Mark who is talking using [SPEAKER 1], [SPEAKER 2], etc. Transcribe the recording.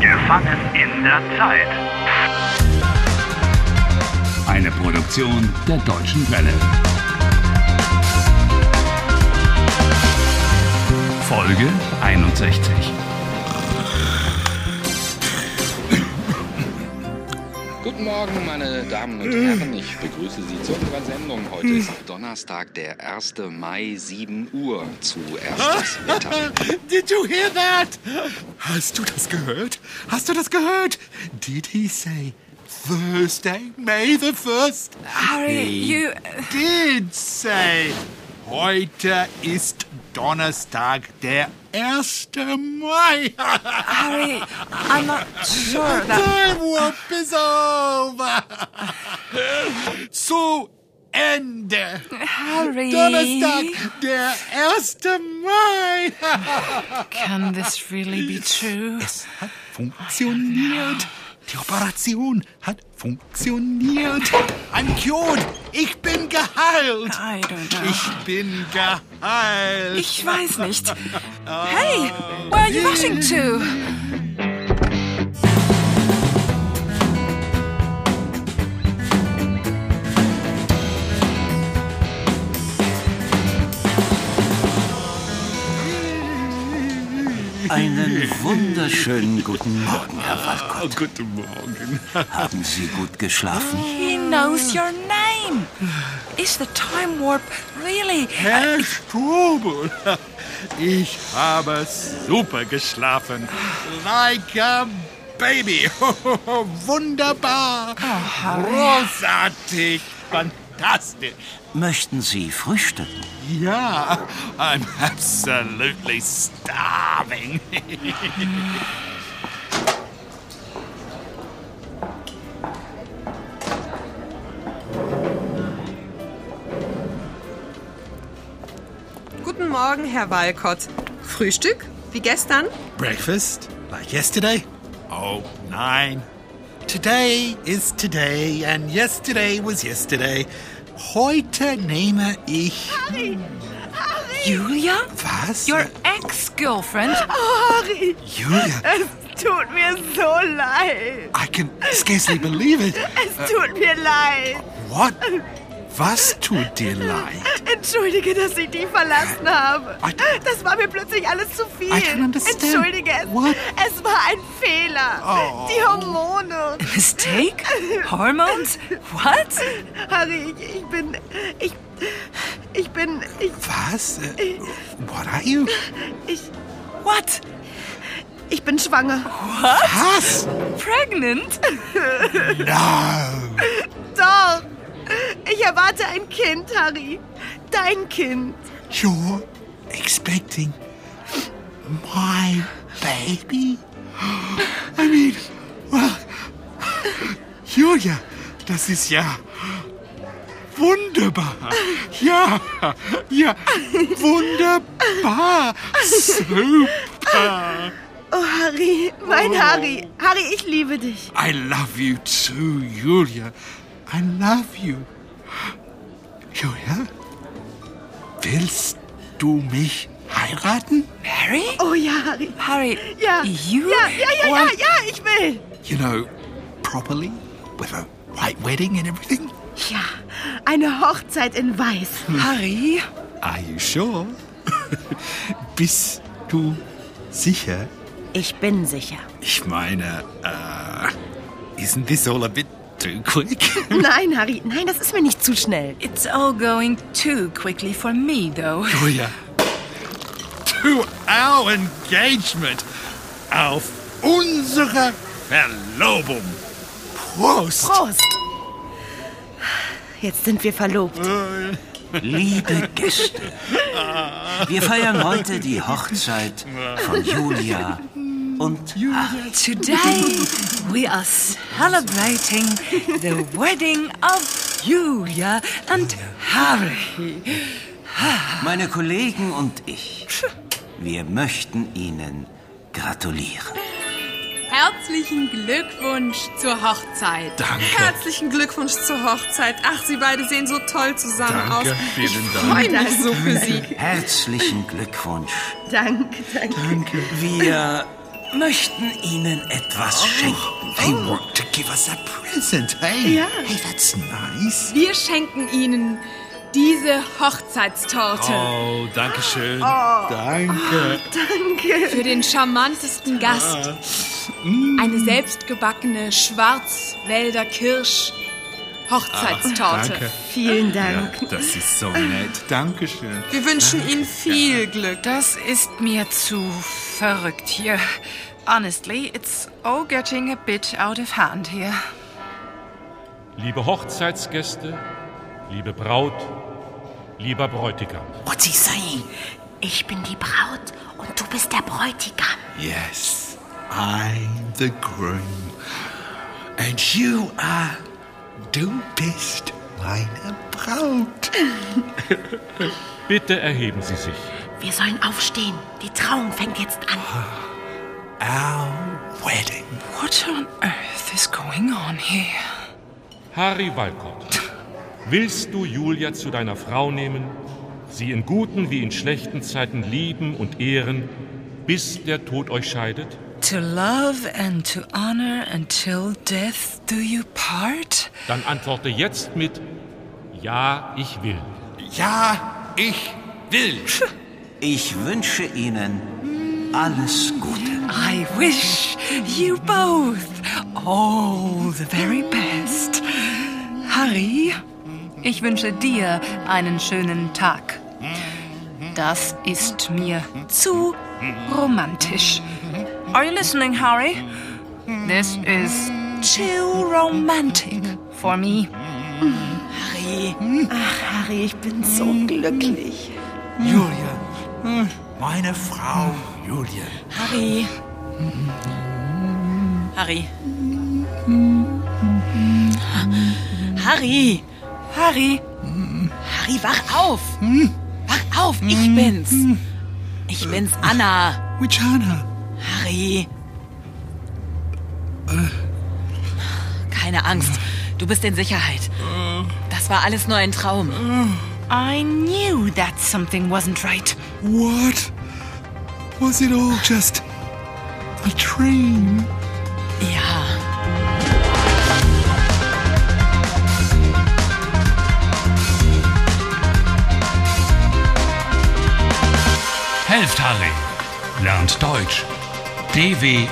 [SPEAKER 1] Gefangen in der Zeit.
[SPEAKER 2] Eine Produktion der Deutschen Welle. Folge 61.
[SPEAKER 3] Guten Morgen, meine Damen und Herren. Ich begrüße Sie zur unserer Sendung. Heute ist Donnerstag, der 1. Mai, 7 Uhr. Zuerst das Wetter.
[SPEAKER 4] Did you hear that? Hast du das gehört? Hast du das gehört? Did he say Thursday, May the 1st?
[SPEAKER 5] Harry, you.
[SPEAKER 4] Did say. Heute ist Donnerstag, der 1. Mai.
[SPEAKER 5] Harry, I'm not sure that.
[SPEAKER 4] Time warp is over. Zu Ende.
[SPEAKER 5] Harry.
[SPEAKER 4] Donnerstag, der 1. Mai.
[SPEAKER 5] Can this really be true?
[SPEAKER 4] Es hat funktioniert. Die Operation hat funktioniert. Ein Jod. Ich bin geheilt.
[SPEAKER 5] I don't know.
[SPEAKER 4] Ich bin geheilt.
[SPEAKER 5] Ich weiß nicht. Hey, where are you rushing to?
[SPEAKER 6] Einen wunderschönen guten Morgen, Herr Walko.
[SPEAKER 4] Oh, guten Morgen.
[SPEAKER 6] Haben Sie gut geschlafen?
[SPEAKER 5] He knows your name. Is the time warp really?
[SPEAKER 4] Herr Strobel, ich habe super geschlafen. Like a baby. Wunderbar. Großartig. Fantastisch.
[SPEAKER 6] Möchten Sie frühstücken?
[SPEAKER 4] Yeah, I'm absolutely starving.
[SPEAKER 7] Guten Morgen, Herr Walcott. Frühstück? Wie gestern?
[SPEAKER 4] Breakfast? Like yesterday? Oh, nine. Today is today and yesterday was yesterday. Heute nehme ich.
[SPEAKER 5] Julia?
[SPEAKER 4] Was?
[SPEAKER 5] Your ex girlfriend?
[SPEAKER 4] Julia,
[SPEAKER 8] Tut mir so leid.
[SPEAKER 4] I can scarcely believe it.
[SPEAKER 8] Es
[SPEAKER 7] Äh.
[SPEAKER 8] tut mir leid.
[SPEAKER 4] What? Was tut dir leid?
[SPEAKER 8] Entschuldige, dass ich dich verlassen habe.
[SPEAKER 4] I don't-
[SPEAKER 8] Das war mir plötzlich alles zu viel.
[SPEAKER 4] I don't understand.
[SPEAKER 8] Entschuldige es.
[SPEAKER 4] What?
[SPEAKER 8] Es war ein Fehler.
[SPEAKER 4] Oh.
[SPEAKER 8] Die Hormone.
[SPEAKER 5] Mistake? Hormones? What?
[SPEAKER 8] Harry, ich, ich bin. Ich. Ich bin. Ich.
[SPEAKER 4] Was? Äh, What are you?
[SPEAKER 8] Ich,
[SPEAKER 5] What?
[SPEAKER 8] ich bin schwanger.
[SPEAKER 4] Was?
[SPEAKER 5] Pregnant?
[SPEAKER 4] No.
[SPEAKER 8] Doch. Ich erwarte ein Kind, Harry. Dein Kind.
[SPEAKER 4] You're expecting my baby? I mean, well, Julia, das ist ja wunderbar. Ja, ja, wunderbar. Super.
[SPEAKER 8] Oh, Harry. Mein
[SPEAKER 4] Oh.
[SPEAKER 8] Harry. Harry, ich liebe dich.
[SPEAKER 4] I love you too, Julia. I love you. Julia, willst du mich heiraten?
[SPEAKER 5] Harry?
[SPEAKER 8] Oh ja, Harry.
[SPEAKER 5] Harry,
[SPEAKER 8] Ja.
[SPEAKER 5] you
[SPEAKER 8] ja, ja, ja, ja,
[SPEAKER 5] want
[SPEAKER 8] ja, ich will.
[SPEAKER 4] you know, properly with a white wedding and everything?
[SPEAKER 8] Ja, eine Hochzeit in Weiß.
[SPEAKER 5] Harry?
[SPEAKER 4] Are you sure? Bist du sicher?
[SPEAKER 8] Ich bin sicher.
[SPEAKER 4] Ich meine, uh, isn't this all a bit too quick?
[SPEAKER 8] Nein, Harry, nein, das ist mir nicht zu schnell.
[SPEAKER 5] It's all going too quickly for me, though.
[SPEAKER 4] oh yeah. To our engagement. Auf unsere Verlobung. Prost!
[SPEAKER 8] Prost! Jetzt sind wir verlobt.
[SPEAKER 6] Liebe Gäste, wir feiern heute die Hochzeit von Julia und Harry.
[SPEAKER 5] Today we are celebrating the wedding of Julia and Harry.
[SPEAKER 6] Meine Kollegen und ich, wir möchten Ihnen gratulieren.
[SPEAKER 9] Herzlichen Glückwunsch zur Hochzeit.
[SPEAKER 4] Danke.
[SPEAKER 7] Herzlichen Glückwunsch zur Hochzeit. Ach, Sie beide sehen so toll zusammen
[SPEAKER 4] Danke,
[SPEAKER 7] aus.
[SPEAKER 4] vielen
[SPEAKER 7] Ich
[SPEAKER 4] Dank.
[SPEAKER 7] freue mich so für Sie.
[SPEAKER 6] Herzlichen Glückwunsch.
[SPEAKER 8] Danke, danke.
[SPEAKER 6] Wir
[SPEAKER 1] möchten Ihnen etwas schenken.
[SPEAKER 4] They want to give us a present, hey?
[SPEAKER 7] Yeah.
[SPEAKER 4] Hey, that's nice.
[SPEAKER 9] Wir schenken Ihnen diese Hochzeitstorte
[SPEAKER 1] Oh, danke schön.
[SPEAKER 4] Danke.
[SPEAKER 9] für den charmantesten Gast. Mm. Eine selbstgebackene Schwarzwälder Kirsch Hochzeitstorte.
[SPEAKER 4] Danke.
[SPEAKER 8] Vielen
[SPEAKER 4] Ja,
[SPEAKER 8] Dank.
[SPEAKER 4] das ist so nett. Dankeschön.
[SPEAKER 7] Wir wünschen Ihnen viel Glück.
[SPEAKER 5] Das ist mir zu verrückt hier. Honestly, it's all getting a bit out of hand here.
[SPEAKER 10] Liebe Hochzeitsgäste, liebe Braut, lieber Bräutigam.
[SPEAKER 6] What's he saying?
[SPEAKER 8] Ich bin die Braut und du bist der Bräutigam.
[SPEAKER 4] Yes, I'm the groom. And you are. Du bist meine Braut.
[SPEAKER 10] Bitte erheben Sie sich.
[SPEAKER 8] Wir sollen aufstehen. Die Trauung fängt jetzt an.
[SPEAKER 4] Our wedding.
[SPEAKER 5] What on earth is going on here?
[SPEAKER 10] Harry Walcott, willst du Julia zu deiner Frau nehmen, sie in guten wie in schlechten Zeiten lieben und ehren, bis der Tod euch scheidet?
[SPEAKER 5] To love and to honor until death do you part?
[SPEAKER 10] Dann antworte jetzt mit Ja, ich will.
[SPEAKER 4] Ja, ich will.
[SPEAKER 6] Ich wünsche Ihnen alles Gute.
[SPEAKER 5] I wish you both all the very best. Harry, ich wünsche dir einen schönen Tag. Das ist mir zu romantisch. Are you listening, Harry? This is too romantic for me.
[SPEAKER 8] Harry, ich bin so glücklich.
[SPEAKER 4] Julia. Meine Frau Julia.
[SPEAKER 9] Harry. Harry. Harry.
[SPEAKER 5] Harry,
[SPEAKER 9] Harry, wach auf. Wach auf, ich bin's. Ich bin's, Anna.
[SPEAKER 4] Which Anna?
[SPEAKER 9] Harry. Keine Angst, du bist in Sicherheit. Das war alles nur ein Traum.
[SPEAKER 5] I knew that something wasn't right.
[SPEAKER 4] What? Was it all just a dream?
[SPEAKER 9] Ja.
[SPEAKER 2] Helft Harry. Lernt Deutsch. dw.com/harry.